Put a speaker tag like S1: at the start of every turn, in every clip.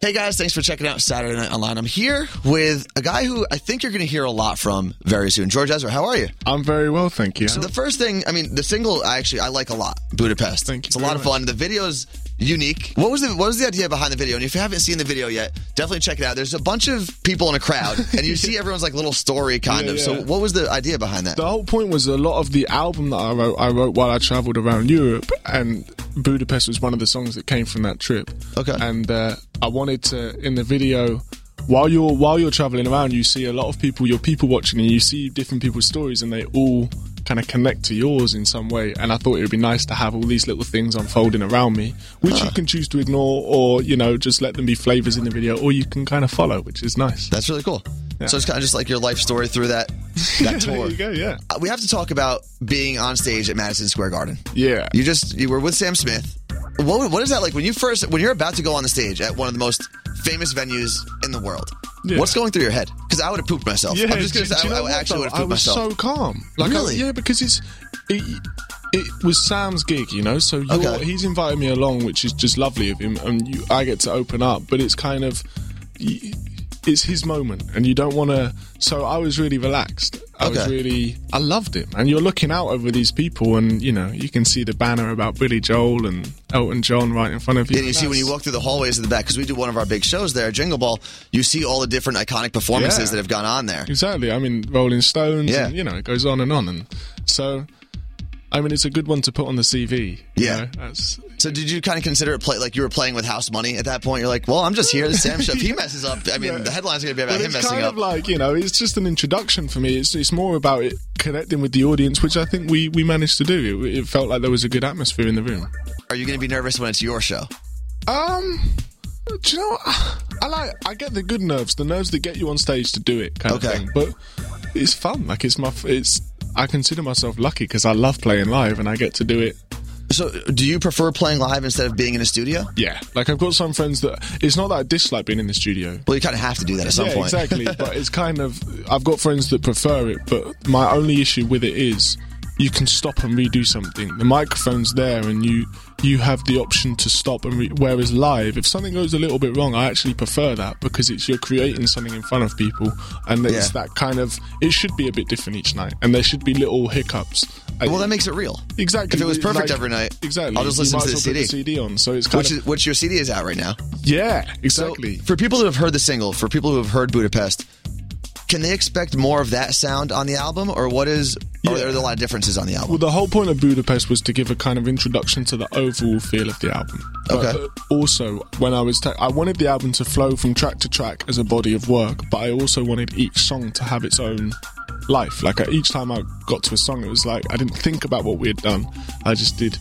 S1: Hey guys, thanks for checking out Saturday Night Online. I'm here with a guy who I think you're going to hear a lot from very soon. George Ezra, how are you?
S2: I'm very well, thank you.
S1: So the first thing, I mean, the single I actually I like a lot. Budapest.
S2: Thank you
S1: It's a
S2: very
S1: lot of
S2: much.
S1: fun. The video's unique. What was the what was the idea behind the video? And if you haven't seen the video yet, definitely check it out. There's a bunch of people in a crowd, and you see everyone's like little story kind
S2: Yeah,
S1: of. So
S2: yeah.
S1: what was the idea behind that?
S2: the whole point was a lot of the album that I wrote, I wrote while I travelled around Europe, and Budapest was one of the songs that came from that trip.
S1: Okay.
S2: And uh, I wanted to in the video. While you're while you're traveling around, you see a lot of people. You're people watching, and you see different people's stories, and they all kind of connect to yours in some way. And I thought it would be nice to have all these little things unfolding around me, which you can choose to ignore, or you know, just let them be flavors in the video, or you can kind of follow, which is nice.
S1: That's really cool. So it's kind of just like your life story through that that tour.
S2: there you go. Yeah.
S1: Uh, We have to talk about being on stage at Madison Square Garden.
S2: Yeah.
S1: You just you were with Sam Smith. What what is that like when you first when you're about to go on the stage at one of the most famous venues in the world?
S2: Yeah.
S1: What's going through your head? Because I would have pooped myself. I'm just gonna
S2: do- do
S1: say
S2: you
S1: I,
S2: know
S1: I
S2: what,
S1: actually
S2: though?
S1: would have
S2: I
S1: pooped
S2: was
S1: myself.
S2: so calm. Like, I-
S1: Really?
S2: yeah, because it's it, it was Sam's gig, you know. So you're,
S1: Okay.
S2: he's invited me along, which is just lovely of him, and you, I get to open up. But it's kind of y- it's his moment, and you don't want to. So I was really relaxed. I was
S1: Okay.
S2: really, I loved him, and you're looking out over these people, and you know you can see the banner about Billy Joel and Elton John right in front of you.
S1: And you see when you
S2: That's-
S1: walk through the hallways of the back because we do one of our big shows there, Jingle Ball. You see all the different iconic performances
S2: Yeah.
S1: that have gone on there.
S2: Exactly. I mean, Rolling Stones.
S1: Yeah.
S2: And, you know, it goes on and on, and so, I mean, it's a good one to put on the CV. you
S1: Yeah.
S2: know, that's,
S1: So did you kind of consider it play like you were playing with house money at that point? You're like, well, I'm just here. Sam Show. If he messes up, I mean, the headline's going to be about
S2: but
S1: him
S2: it's
S1: messing
S2: kind
S1: up.
S2: of like you know, it's just an introduction for me. It's it's more about it connecting with the audience, which I think we we managed to do. It, it felt like there was a good atmosphere in the room.
S1: Are you going to be nervous when it's your show?
S2: Um, do you know? What? I like. I get the good nerves, the nerves that get you on stage to do it, kind
S1: Okay.
S2: of thing. But it's fun. Like it's my. f- It's. I consider myself lucky because I love playing live and I get to do it
S1: So do you prefer playing live instead of being in a studio?
S2: Yeah, like I've got some friends that it's not that I dislike being in the studio.
S1: Well, you kind of have to do that at some
S2: yeah,
S1: point.
S2: exactly. but it's kind of I've got friends that prefer it, but my only issue with it is you can stop and redo something. The microphone's there, and you you have the option to stop and re- whereas live, if something goes a little bit wrong, I actually prefer that because it's you're creating something in front of people, and it's
S1: Yeah.
S2: that kind of it should be a bit different each night, and there should be little hiccups.
S1: Well, that makes it real.
S2: Exactly.
S1: If it was perfect
S2: like-
S1: every night,
S2: exactly.
S1: I'll just
S2: You
S1: listen
S2: might
S1: to the
S2: as well put
S1: CD.
S2: CD on, so it's kind
S1: Which
S2: of
S1: is which your CD is out right now.
S2: yeah,
S1: So,
S2: exactly.
S1: for people who have heard the single, for people who have heard Budapest, can they expect more of that sound on the album, or what is? Or
S2: Yeah.
S1: are there a lot of differences on the
S2: Well,
S1: album?
S2: the whole point of Budapest was to give a kind of introduction to the overall feel of the album. But,
S1: Okay.
S2: uh, also, when I was, ta- I wanted the album to flow from track to track as a body of work, but I also wanted each song to have its own life. Like uh, each time I got to a song, it was like I didn't think about what we had done. I just did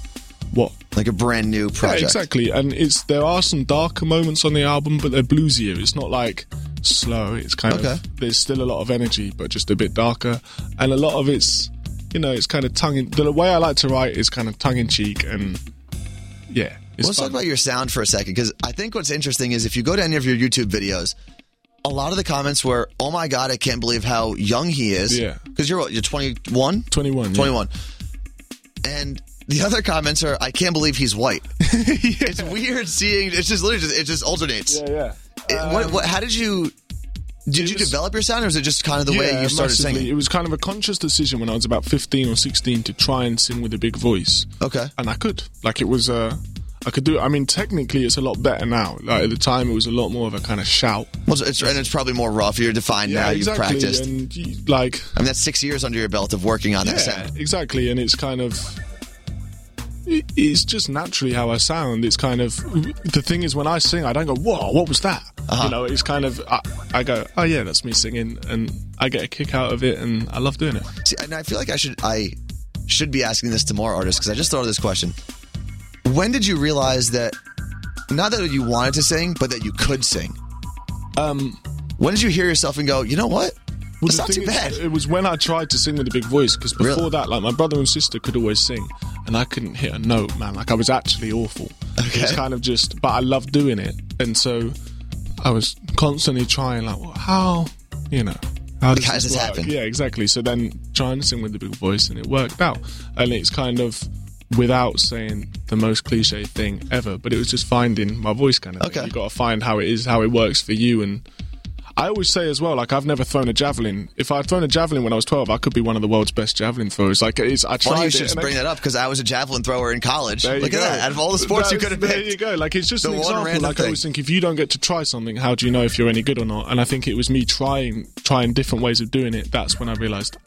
S2: what
S1: Like a brand new project.
S2: yeah, exactly. And it's there are some darker moments on the album, but they're bluesier. It's not like slow. It's kind
S1: Okay.
S2: of there's still a lot of energy, but just a bit darker. And a lot of it's you know it's kind of tongue in the way I like to write is kind of tongue in cheek and yeah. It's
S1: Let's
S2: fun.
S1: talk about your sound for a second, because I think what's interesting is if you go to any of your YouTube videos, a lot of the comments were, "Oh my god, I can't believe how young he is."
S2: Yeah.
S1: Because you're what, you're 21.
S2: 21. yeah.
S1: 21. And the other comments are, "I can't believe he's white." It's weird seeing. It's just literally just it just alternates.
S2: Yeah, yeah.
S1: It- what, what, how did you? Did you
S2: was-
S1: develop your sound, or was it just kind of the way you started
S2: massively.
S1: singing?
S2: It was kind of a conscious decision when I was about 15 or 16 to try and sing with a big voice.
S1: Okay.
S2: And I could. Like, it was, uh, I could do it. I mean, technically, it's a lot better now. Like, at the time, it was a lot more of a kind of shout.
S1: Well, it's- it's, and it's probably more rough. You're defined now.
S2: exactly.
S1: You've practiced.
S2: And, you, like,
S1: I mean, that's six years under your belt of working on that
S2: yeah,
S1: sound.
S2: exactly. And it's kind of. it- It's just naturally how I sound. It's kind of the thing is when I sing, I don't go, "Whoa, what was that?" You know, it's kind of I, I go, "Oh yeah, that's me singing," and I get a kick out of it, and I love doing it.
S1: See, and I feel like I should I should be asking this to more artists because I just thought of this question. When did you realize that not that you wanted to sing, but that you could sing?
S2: Um,
S1: When did you hear yourself and go, you know what? it's
S2: the
S1: not too
S2: thing
S1: bad.
S2: is, It was when I tried to sing with a big voice because before
S1: Really?
S2: that, like my brother and sister could always sing, and I couldn't hit a note, man. Like I was actually awful.
S1: Okay.
S2: It's kind of just, but I loved doing it, and so I was constantly trying, like, well, how, you know, how does
S1: how does this
S2: work?
S1: happen?
S2: Yeah, exactly. So then trying to sing with a big voice, and it worked out, and it's kind of without saying the most cliche thing ever. But it was just finding my voice kind of.
S1: Okay.
S2: Thing. You got to find how it is, how it works for you, and I always say as well, like I've never thrown a javelin. If I'd thrown a javelin when I was twelve, I could be one of the world's best javelin throwers. Like it's, I tried
S1: Funny you
S2: it
S1: should
S2: and I-
S1: bring that up because I was a javelin thrower in college.
S2: there you
S1: Look at
S2: go.
S1: that. Out of all the sports you
S2: That's-
S1: could have
S2: There
S1: picked.
S2: you go. Like it's just
S1: The
S2: an
S1: one
S2: example.
S1: random
S2: Like I always
S1: thing.
S2: think, if you don't get to try something, how do you know if you're any good or not? And I think it was me trying, trying different ways of doing it. That's when I realized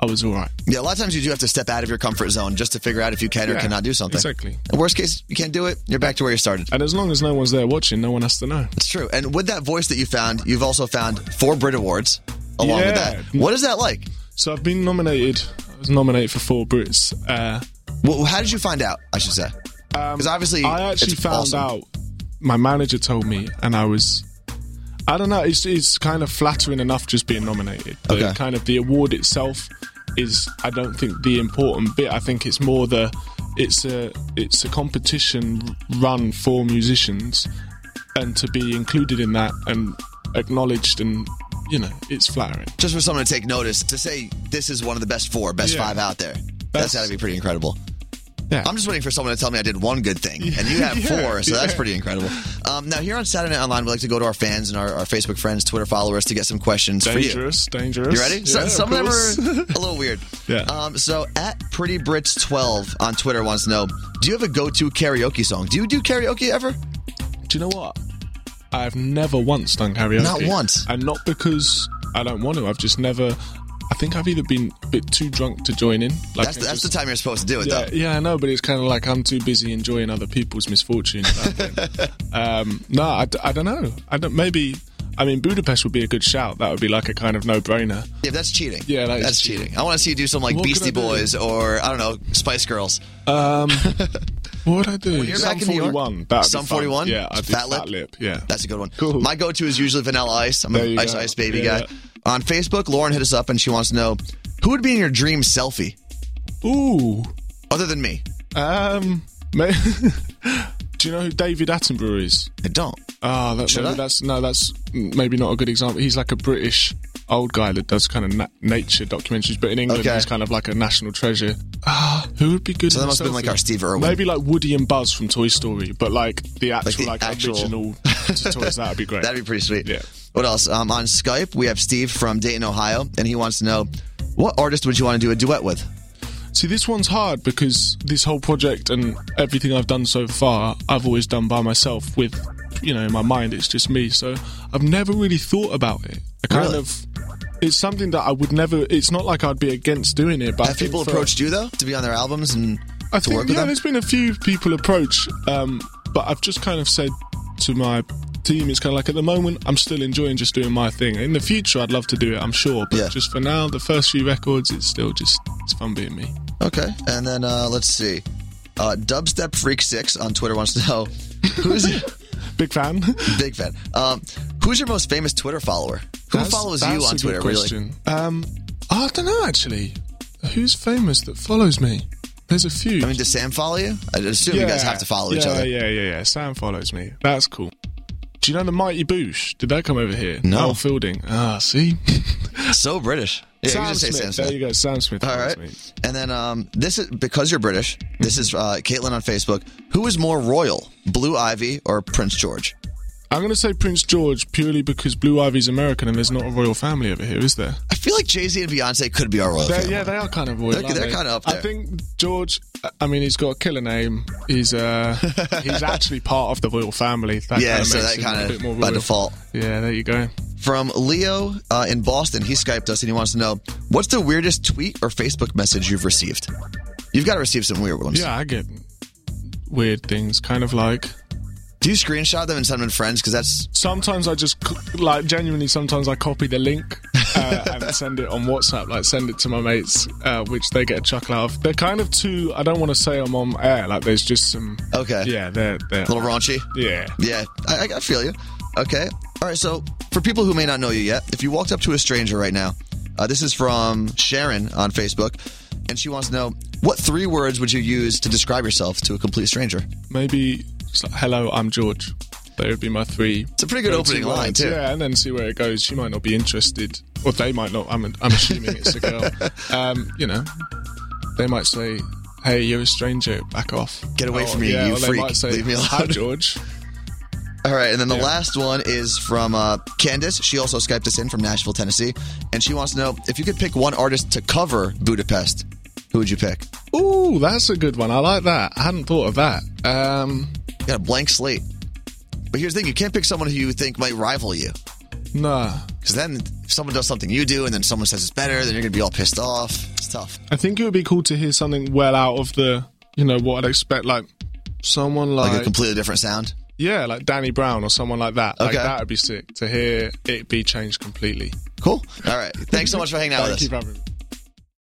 S2: I was all right.
S1: Yeah, a lot of times you do have to step out of your comfort zone just to figure out if you can or
S2: Yeah,
S1: cannot do something.
S2: exactly.
S1: And worst case, you can't do it. You're back to where you started.
S2: And as long as no one's there watching, no one has to know.
S1: It's true. And with that voice that you found, you've also found four Brit Awards along with
S2: Yeah.
S1: that. What is that like?
S2: So I've been nominated. I was nominated for four Brits. Uh,
S1: Well, how did you find out? I should say. Because obviously,
S2: Um, I actually
S1: it's
S2: found
S1: awesome.
S2: out. My manager told me, and I was. I don't know. It's it's kind of flattering enough just being nominated. The
S1: Okay.
S2: Kind of the award itself is. I don't think the important bit. I think it's more the. It's a it's a competition run for musicians, and to be included in that and acknowledged and you know it's flattering.
S1: Just for someone to take notice, to say this is one of the best four, best
S2: Yeah.
S1: five out there. That's
S2: That's-
S1: got to be pretty incredible.
S2: Yeah.
S1: I'm just waiting for someone to tell me I did one good thing, and you have
S2: Yeah,
S1: four, so that's
S2: yeah.
S1: pretty incredible. Um, now, here on Saturday Night Online, we like to go to our fans and our, our Facebook friends, Twitter followers to get some questions for you.
S2: dangerous, dangerous.
S1: You ready? So-
S2: Yeah,
S1: some of them
S2: course.
S1: are a little weird.
S2: Yeah.
S1: Um, so at Pretty Brits 12 on Twitter wants to know, do you have a go-to karaoke song? Do you do karaoke ever?
S2: Do you know what? I've never once done karaoke.
S1: Not once?
S2: And not because I don't want to. I've just never. I think I've either been a bit too drunk to join in. Like
S1: That's
S2: it's
S1: the, that's the
S2: just-
S1: time you're supposed to do it,
S2: yeah,
S1: though.
S2: yeah, I know, but it's kind of like I'm too busy enjoying other people's misfortune. um, no, I, d- I don't know. I don't. Maybe. I mean, Budapest would be a good shout. That would be like a kind of no-brainer.
S1: Yeah, that's cheating.
S2: Yeah, that is
S1: that's cheating.
S2: cheating.
S1: I want to see you do some like
S2: What could I
S1: Beastie
S2: do?
S1: Boys or I don't know Spice Girls.
S2: What would I do?
S1: you're
S2: Some
S1: back in New York.
S2: 41. That'd be
S1: Some
S2: fun.
S1: 41?
S2: Yeah, I
S1: Fat Lip?
S2: Fat lip. Yeah,
S1: That's a good one.
S2: Cool.
S1: My go-to is usually Vanilla Ice. I'm
S2: There
S1: an
S2: you
S1: Ice
S2: go.
S1: Ice baby
S2: Yeah.
S1: guy. On Facebook, Lauren hit us up and she wants to know who would be in your dream selfie
S2: Ooh.
S1: other than me.
S2: Um, ma- do you know who David Attenborough is?
S1: I don't.
S2: Ah, that,
S1: Should
S2: maybe
S1: I?
S2: that's no, that's maybe not a good example. He's like a British old guy that does kind of na- nature documentaries, but in England
S1: Okay.
S2: he's kind of like a national treasure. Ah, who would be good? So
S1: that must have been like our Steve Irwin.
S2: Maybe like Woody and Buzz from Toy Story, but like the
S1: the
S2: actual like,
S1: actual-
S2: original to toys. That'd be great.
S1: That'd be pretty sweet.
S2: Yeah.
S1: What else? Um, on Skype, we have Steve from Dayton, Ohio, and he wants to know what artist would you want to do a duet with?
S2: See, this one's hard because this whole project and everything I've done so far, I've always done by myself with, you know, in my mind, it's just me. So I've never really thought about it. I kind
S1: Really?
S2: of. It's something that I would never. It's not like I'd be against doing it, but I
S1: Have
S2: think
S1: people
S2: for-
S1: approached you though to be on their albums and
S2: I
S1: to
S2: think,
S1: work
S2: yeah,
S1: with them?
S2: there's been a few people approach, um, but I've just kind of said to my team, it's kind of like at the moment I'm still enjoying just doing my thing. In the future, I'd love to do it, I'm sure, but
S1: Yeah.
S2: just for now, the first few records, it's still just it's fun being me.
S1: Okay, and then uh, let's see. Uh, Dubstep Freak Six on Twitter wants to know who's
S2: Big fan.
S1: big fan. Um, who's your most famous Twitter follower? Who
S2: That's-
S1: follows
S2: that's
S1: you
S2: a
S1: on
S2: good
S1: Twitter? Really?
S2: Question. Um, I don't know actually. Who's famous that follows me? There's a few.
S1: I mean, does Sam follow you? I assume you guys have to follow each
S2: yeah,
S1: other.
S2: Yeah, yeah, yeah. Sam follows me. That's cool. Do you know the Mighty Boosh? Did that come over here?
S1: No.
S2: Al Fielding. Ah, see.
S1: So British. Yeah, you
S2: Sam
S1: just say
S2: Smith.
S1: Sam
S2: There
S1: Smith.
S2: you go. Sam Smith.
S1: All
S2: follows
S1: right.
S2: me.
S1: And then um, this is because you're British. This is uh, Caitlin on Facebook. Who is more royal, Blue Ivy or Prince George?
S2: I'm going to say Prince George purely because Blue Ivy's American and there's not a royal family over here, is there?
S1: I feel like Jay Z and Beyonce could be our royal
S2: They're,
S1: family.
S2: yeah, they are kind of royal.
S1: They're-
S2: aren't
S1: they're
S2: they?
S1: kind of up
S2: I
S1: there.
S2: think George. I mean, he's got a killer name. He's uh, he's actually part of the royal family. That
S1: Yeah,
S2: kinda
S1: so
S2: makes
S1: that
S2: him a
S1: kind
S2: bit more
S1: of by
S2: royal.
S1: default.
S2: Yeah, there you go.
S1: From Leo uh, in Boston, he skyped us and he wants to know what's the weirdest tweet or Facebook message you've received. You've got to receive some weird ones.
S2: Yeah, I get weird things. Kind of like
S1: Do you screenshot them and send them to friends? Because that's
S2: sometimes I just c- like genuinely. Sometimes I copy the link uh, and send it on WhatsApp. Like send it to my mates, uh, which they get a chuckle out of. They're kind of too. I don't want to say I'm on air. Like there's just some.
S1: okay.
S2: Yeah, they're they're.
S1: A little raunchy.
S2: Yeah.
S1: Yeah, I, I- I feel you. Okay. All right. So, for people who may not know you yet, if you walked up to a stranger right now, uh, this is from Sharon on Facebook, and she wants to know what three words would you use to describe yourself to a complete stranger?
S2: maybe just like, hello, I'm George. They would be my three.
S1: It's a pretty good opening line, too.
S2: Yeah, and then see where it goes. She might not be interested, or they might not. I'm, I'm assuming it's a girl. um, you know, they might say, hey, you're a stranger, back off.
S1: Get away
S2: Or,
S1: from me, you
S2: or they
S1: freak.
S2: might say,
S1: Leave me alone.
S2: Hi, George.
S1: All right, and then the
S2: Yeah.
S1: last one is from uh, Candace. She also Skyped us in from Nashville, Tennessee, and she wants to know if you could pick one artist to cover Budapest, who would you pick?
S2: Ooh, that's a good one. I like that. I hadn't thought of that. Um,
S1: You got a blank slate. But here's the thing: you can't pick someone who you think might rival you,
S2: nah.
S1: because then if someone does something you do, and then someone says it's better, then you're gonna be all pissed off. It's tough.
S2: I think it would be cool to hear something well out of the, you know, what I'd expect, like someone like,
S1: Like a completely different sound.
S2: yeah, like Danny Brown or someone like that. Like
S1: Okay.
S2: that would be sick to hear it be changed completely.
S1: Cool. All right. Thanks so much for hanging out with
S2: Thank
S1: us.
S2: you for having me.